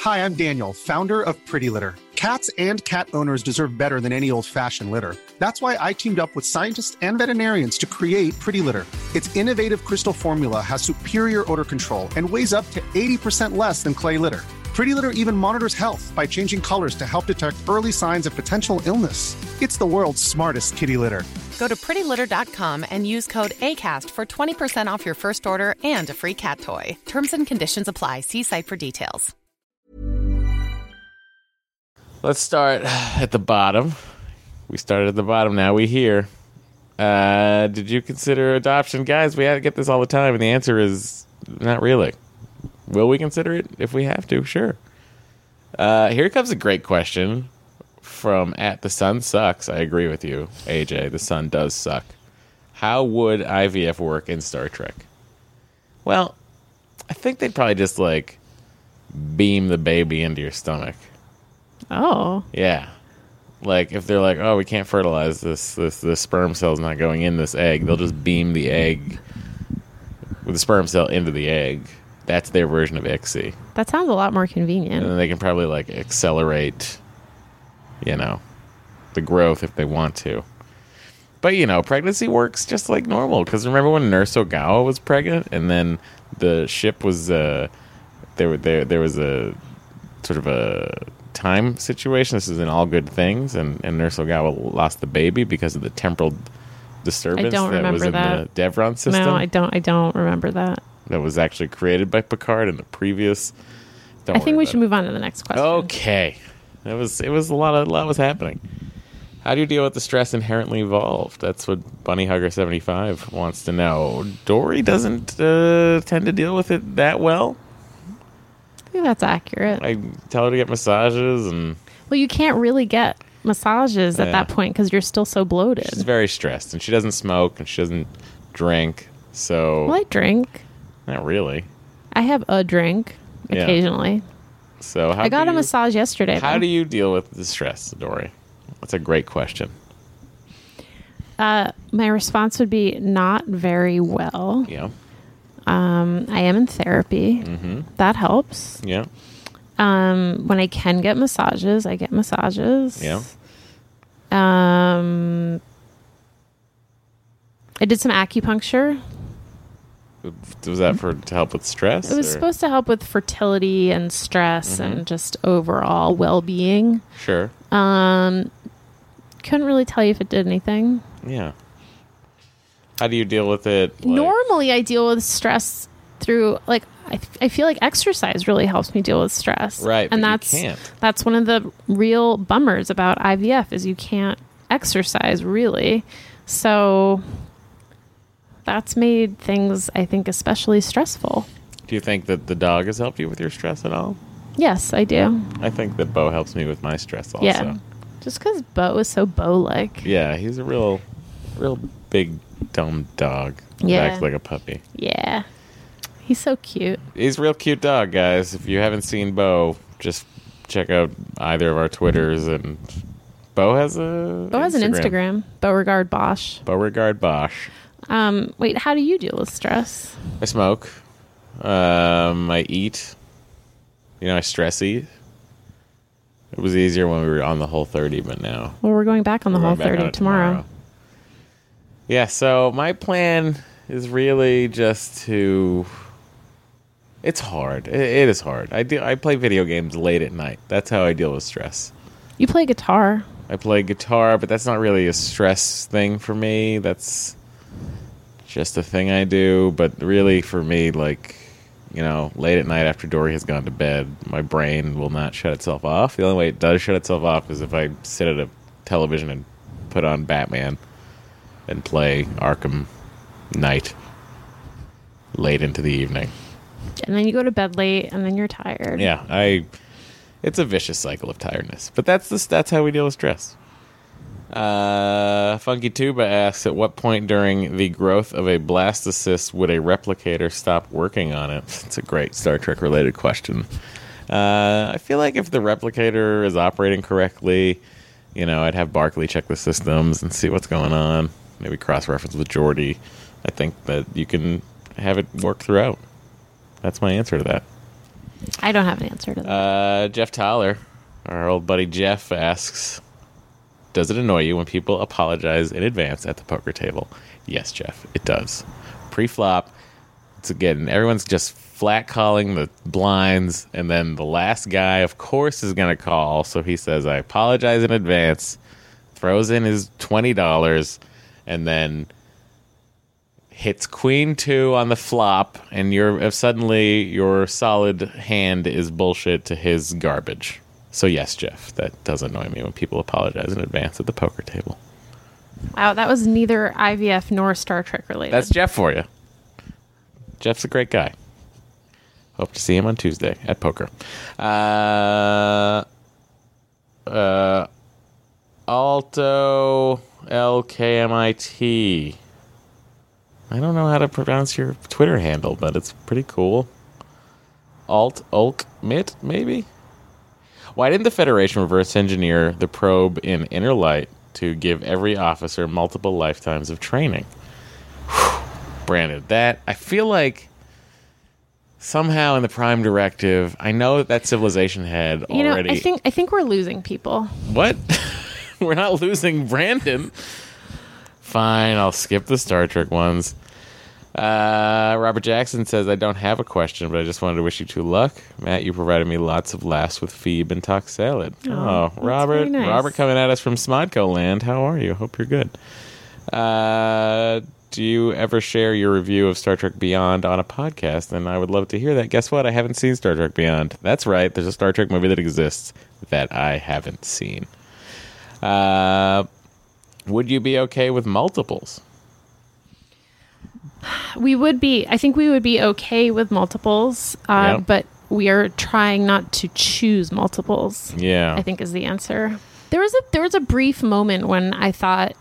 [SPEAKER 5] Hi, I'm Daniel, founder of Pretty Litter. Cats and cat owners deserve better than any old fashioned litter. That's why I teamed up with scientists and veterinarians to create Pretty Litter. Its innovative crystal formula has superior odor control and weighs up to 80% less than clay litter. Pretty Litter even monitors health by changing colors to help detect early signs of potential illness. It's the world's smartest kitty litter.
[SPEAKER 6] Go to prettylitter.com and use code ACAST for 20% off your first order and a free cat toy. Terms and conditions apply. See site for details.
[SPEAKER 1] Let's start at the bottom. We started at the bottom. Now we here. Uh, did you consider adoption, guys? We get this all the time, and the answer is not really. Will we consider it if we have to? Sure. Uh, here comes a great question from at the sun sucks. I agree with you, AJ. The sun does suck. how would IVF work in Star Trek? Well, I think they'd probably just like beam the baby into your stomach.
[SPEAKER 2] Oh,
[SPEAKER 1] Yeah. Like if they're like, oh, we can't fertilize this, this, this sperm cell's not going in this egg. They'll just beam the egg, with the sperm cell into the egg. That's their version of ICSI,
[SPEAKER 2] that sounds a lot more convenient.
[SPEAKER 1] and then they can probably like accelerate, you know, the growth if they want to. But you know, pregnancy works just like normal. Because remember when Nurse Ogawa was pregnant, and then the ship was uh, there. were- There, there was a sort of a time situation. This is in all good things, and, and Nurse Ogawa lost the baby because of the temporal disturbance
[SPEAKER 2] don't
[SPEAKER 1] that was
[SPEAKER 2] remember
[SPEAKER 1] in
[SPEAKER 2] that.
[SPEAKER 1] the Devron system.
[SPEAKER 2] No, I don't. I don't remember that.
[SPEAKER 1] That was actually created by Picard in the previous. Don't
[SPEAKER 2] I think
[SPEAKER 1] worry
[SPEAKER 2] we
[SPEAKER 1] about
[SPEAKER 2] should move on to the next question.
[SPEAKER 1] Okay, it was it was a lot of a lot was happening. How do you deal with the stress inherently involved? That's what Bunny Hugger seventy five wants to know. Dory doesn't uh, tend to deal with it that well.
[SPEAKER 2] I think that's accurate.
[SPEAKER 1] I tell her to get massages, and
[SPEAKER 2] Well, you can't really get massages at
[SPEAKER 1] Yeah.
[SPEAKER 2] that point because you're still so bloated.
[SPEAKER 1] she's very stressed, and she doesn't smoke, and she doesn't drink. So
[SPEAKER 2] well, I drink.
[SPEAKER 1] not really.
[SPEAKER 2] I have a drink
[SPEAKER 1] Yeah.
[SPEAKER 2] occasionally.
[SPEAKER 1] So how
[SPEAKER 2] I got
[SPEAKER 1] do
[SPEAKER 2] a
[SPEAKER 1] you-
[SPEAKER 2] massage yesterday.
[SPEAKER 1] How
[SPEAKER 2] though.
[SPEAKER 1] do you deal with the stress, Dory? That's a great question.
[SPEAKER 2] My response would be not very well.
[SPEAKER 1] Yeah,
[SPEAKER 2] I am in therapy.
[SPEAKER 1] Mm-hmm.
[SPEAKER 2] That helps.
[SPEAKER 1] yeah,
[SPEAKER 2] Um, when I can get massages, I get massages.
[SPEAKER 1] yeah.
[SPEAKER 2] Um, I did some acupuncture.
[SPEAKER 1] Was that for to help with stress?
[SPEAKER 2] It was
[SPEAKER 1] or-
[SPEAKER 2] supposed to help with fertility and stress and just overall well being.
[SPEAKER 1] Sure.
[SPEAKER 2] Couldn't really tell you if it did anything.
[SPEAKER 1] Yeah. How do you deal with it? like-
[SPEAKER 2] Normally, I deal with stress through like I, I feel like exercise really helps me deal with stress.
[SPEAKER 1] Right,
[SPEAKER 2] and
[SPEAKER 1] but you
[SPEAKER 2] that's
[SPEAKER 1] can't.
[SPEAKER 2] that's one of the real bummers about IVF is you can't exercise really. So that's made things I think especially stressful.
[SPEAKER 1] Do you think that the dog has helped you with your stress at all?
[SPEAKER 2] Yes, I do.
[SPEAKER 1] I think that Bo helps me with my stress also.
[SPEAKER 2] Yeah. Just because Bo is so Bo like.
[SPEAKER 1] Yeah, he's a real, real big dumb dog. that
[SPEAKER 2] Yeah.
[SPEAKER 1] acts like a puppy.
[SPEAKER 2] Yeah. He's so cute.
[SPEAKER 1] He's a real cute dog, guys. If you haven't seen Bo, just check out either of our Twitters and Bo has a
[SPEAKER 2] Bo has an Instagram, Beauregard Bosch.
[SPEAKER 1] Beauregard Bosch.
[SPEAKER 2] Um, wait, how do you deal with stress?
[SPEAKER 1] I smoke. Um, I eat. You know, I stress eat. It was easier when we were on the whole 30, but now.
[SPEAKER 2] Well, we're going back on the
[SPEAKER 1] we're
[SPEAKER 2] whole
[SPEAKER 1] back on
[SPEAKER 2] 30 tomorrow.
[SPEAKER 1] it Yeah, so my plan is really just to. It's hard. It, it is hard. I, do, I play video games late at night. That's how I deal with stress.
[SPEAKER 2] You play guitar.
[SPEAKER 1] I play guitar, but that's not really a stress thing for me. That's just a thing I do. But really, for me, like, you know, late at night after Dory has gone to bed, my brain will not shut itself off. The only way it does shut itself off is if I sit at a television and put on Batman and play Arkham Knight late into the evening.
[SPEAKER 2] And then you go to bed late and then you're tired.
[SPEAKER 1] Yeah, I. It's a vicious cycle of tiredness, but that's the that's how we deal with stress. Uh, Funky Tuba asks, at what point during the growth of a blastocyst would a replicator stop working on it? It's a great Star Trek related question. Uh, I feel like if the replicator is operating correctly, you know, I'd have Barkley check the systems and see what's going on. Maybe cross reference with Geordi. I think that you can have it work throughout. That's my answer to that.
[SPEAKER 2] I don't have an answer to that.
[SPEAKER 1] Uh, Jeff Tyler, our old buddy Jeff, asks Does it annoy you when people apologize in advance at the poker table? Yes, Jeff, it does. Pre flop, it's again, everyone's just flat calling the blinds, and then the last guy, of course, is going to call. So he says, I apologize in advance, throws in his $20, and then hits queen two on the flop, and you're uh, suddenly your solid hand is bullshit to his garbage. So yes, Jeff, that does annoy me when people apologize in advance at the poker table.
[SPEAKER 2] wow, that was neither IVF nor Star Trek related.
[SPEAKER 1] That's Jeff for you. Jeff's a great guy. Hope to see him on Tuesday at poker. Uh, uh, Alto LKMIT I don't know how to pronounce your Twitter handle, but it's pretty cool. Alt Ulk Mit, maybe? Why didn't the Federation reverse engineer the probe in Inner Light to give every officer multiple lifetimes of training? [sighs] Branded that. I feel like somehow in the Prime Directive, I know that that civilization had
[SPEAKER 2] You know,
[SPEAKER 1] already.
[SPEAKER 2] I think I think we're losing people.
[SPEAKER 1] What? [laughs] We're not losing Brandon. Fine, I'll skip the Star Trek ones. Uh, Robert Jackson says, I don't have a question, but I just wanted to wish you two luck. Matt, you provided me lots of laughs with Phoebe and Talk Salad. Oh, Robert.
[SPEAKER 2] very nice.
[SPEAKER 1] Robert coming at us from Smodco Land. How are you? Hope you're good. Uh, do you ever share your review of Star Trek Beyond on a podcast? And I would love to hear that. Guess what? I haven't seen Star Trek Beyond. That's right. There's a Star Trek movie that exists that I haven't seen. Uh, would you be okay with multiples?
[SPEAKER 2] We would be. I think we would be okay with multiples, uh,
[SPEAKER 1] Yep.
[SPEAKER 2] but we are trying not to choose multiples.
[SPEAKER 1] Yeah.
[SPEAKER 2] I think is the answer. There was a there was a brief moment when I thought,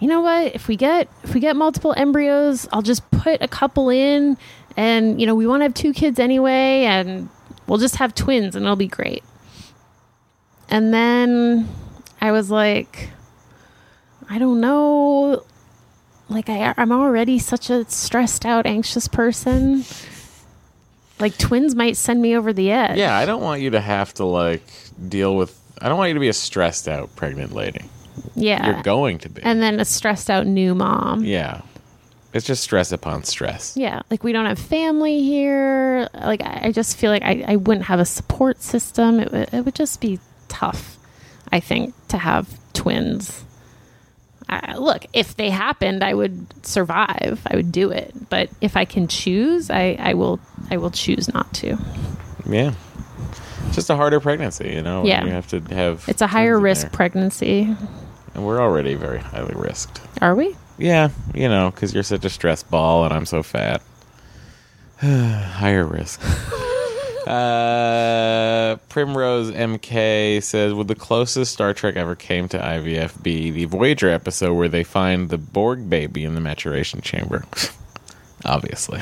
[SPEAKER 2] you know what, if we get if we get multiple embryos, I'll just put a couple in and you know, we want to have two kids anyway and we'll just have twins and it'll be great. And then I was like I don't know like I I'm already such a stressed out anxious person. Like twins might send me over the edge.
[SPEAKER 1] Yeah, I don't want you to have to like deal with. I don't want you to be a stressed out pregnant lady.
[SPEAKER 2] Yeah.
[SPEAKER 1] You're going to be.
[SPEAKER 2] and then a stressed out new mom.
[SPEAKER 1] yeah. It's just stress upon stress.
[SPEAKER 2] Yeah, like we don't have family here. Like I, I just feel like I, I wouldn't have a support system. It, would- it would just be tough, I think, to have twins. I, look, if they happened, I would survive. I would do it. But if I can choose, I, I will. I will choose not to.
[SPEAKER 1] Yeah. It's Just a harder pregnancy, you know. when
[SPEAKER 2] Yeah.
[SPEAKER 1] You have to have.
[SPEAKER 2] It's a
[SPEAKER 1] twins
[SPEAKER 2] higher
[SPEAKER 1] in
[SPEAKER 2] risk
[SPEAKER 1] there.
[SPEAKER 2] pregnancy.
[SPEAKER 1] and we're already very highly risked.
[SPEAKER 2] Are we? [laughs]
[SPEAKER 1] Yeah, you know, because you're such a stress ball and I'm so fat. [sighs] Higher risk. uh, Primrose MK says Would the closest Star Trek ever came to IVF be the Voyager episode where they find the Borg baby in the maturation chamber? [laughs] Obviously.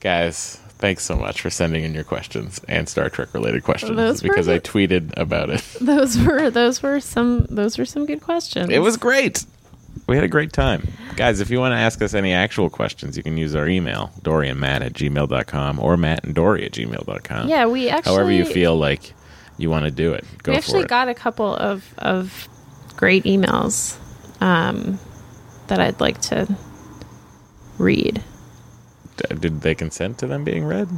[SPEAKER 1] Guys, thanks so much for sending in your questions and Star Trek related questions
[SPEAKER 2] Those were
[SPEAKER 1] because I
[SPEAKER 2] the-
[SPEAKER 1] tweeted about it.
[SPEAKER 2] Those were those were some those were some good questions.
[SPEAKER 1] It was great. We had a great time. Guys, if you want to ask us any actual questions, you can use our email, Dory and Matt at gmail.com or Matt and Dory at gmail.com.
[SPEAKER 2] Yeah, we actually.
[SPEAKER 1] However you feel like you want to do it, go
[SPEAKER 2] we
[SPEAKER 1] for
[SPEAKER 2] actually
[SPEAKER 1] it.
[SPEAKER 2] got a couple of, of great emails um, that I'd like to read.
[SPEAKER 1] D- Did they consent to them being read?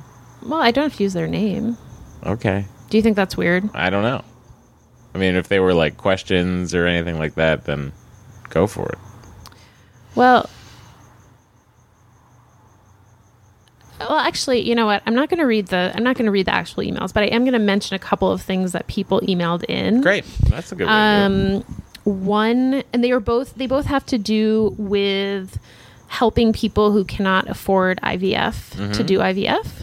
[SPEAKER 2] Well, I don't have to use their name.
[SPEAKER 1] Okay.
[SPEAKER 2] Do you think that's weird?
[SPEAKER 1] I don't know. I mean, if they were like questions or anything like that, then go for it.
[SPEAKER 2] Well, well, actually, you know what? I'm not going to read the I'm not going to read the actual emails, but I am going to mention a couple of things that people emailed in.
[SPEAKER 1] Great. That's a good one.
[SPEAKER 2] um one and they are both they both have to do with helping people who cannot afford IVF to do IVF.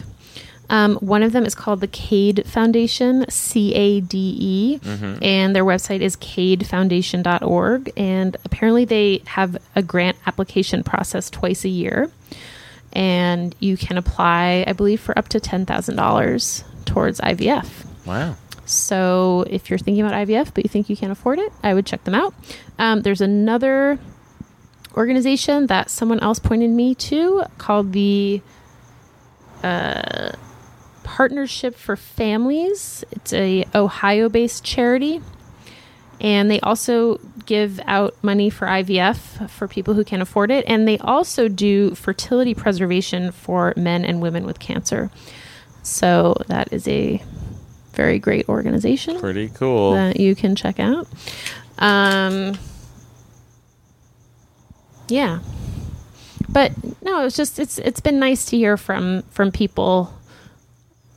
[SPEAKER 2] Um, one of them is called the CADE Foundation, C A D E, and their website is cadefoundation.org. And apparently, they have a grant application process twice a year. And you can apply, I believe, for up to $10,000 towards IVF.
[SPEAKER 1] Wow.
[SPEAKER 2] So if you're thinking about IVF but you think you can't afford it, I would check them out. Um, there's another organization that someone else pointed me to called the uh, Partnership for Families. It's a Ohio-based charity, and they also give out money for IVF for people who can afford it, and they also do fertility preservation for men and women with cancer. So that is a very great organization
[SPEAKER 1] Pretty cool.
[SPEAKER 2] that you can check out. Um, yeah, but no, it's just it's it's been nice to hear from from people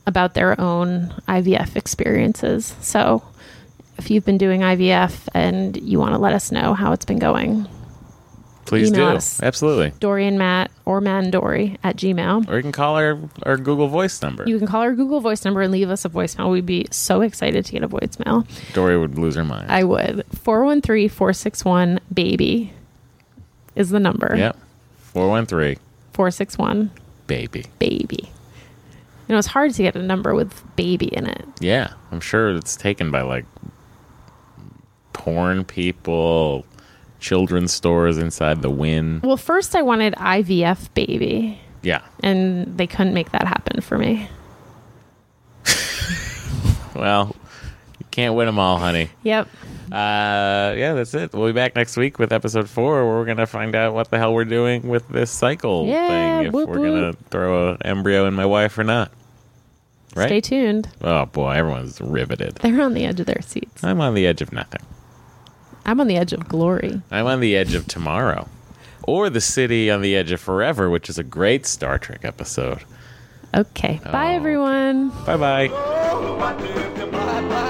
[SPEAKER 2] about their own IVF experiences. So if you've been doing IVF and you want to let us know how it's been going,
[SPEAKER 1] Please do.
[SPEAKER 2] email us.
[SPEAKER 1] Absolutely.
[SPEAKER 2] Dorian Matt or Mandory at Gmail.
[SPEAKER 1] Or you can call our, our Google Voice number.
[SPEAKER 2] You can call our Google voice number and leave us a voicemail. We'd be so excited to get a voicemail.
[SPEAKER 1] Dory would lose her mind.
[SPEAKER 2] I would. 413 461 baby is the number.
[SPEAKER 1] Yep. 413,
[SPEAKER 2] 461
[SPEAKER 1] baby.
[SPEAKER 2] baby. And it was hard to get a number with baby in it.
[SPEAKER 1] Yeah, I'm sure it's taken by like porn people, children's stores inside the win.
[SPEAKER 2] Well, first I wanted IVF baby,
[SPEAKER 1] Yeah.
[SPEAKER 2] and they couldn't make that happen for me.
[SPEAKER 1] Well, you can't win them all, honey.
[SPEAKER 2] Yep.
[SPEAKER 1] Uh, yeah, that's it. We'll be back next week with episode four, where we're gonna find out what the hell we're doing with this cycle
[SPEAKER 2] Yeah,
[SPEAKER 1] thing. If
[SPEAKER 2] whoop
[SPEAKER 1] we're gonna throw an embryo in my wife or not. Right?
[SPEAKER 2] Stay tuned.
[SPEAKER 1] Oh boy, everyone's riveted.
[SPEAKER 2] They're on the edge of their seats.
[SPEAKER 1] I'm on the edge of nothing.
[SPEAKER 2] I'm on the edge of glory.
[SPEAKER 1] I'm on the edge of tomorrow, or the city on the edge of forever, which is a great Star Trek episode.
[SPEAKER 2] Okay. Bye,
[SPEAKER 1] Oh.
[SPEAKER 2] everyone.
[SPEAKER 1] Bye bye.
[SPEAKER 7] Bye, bye.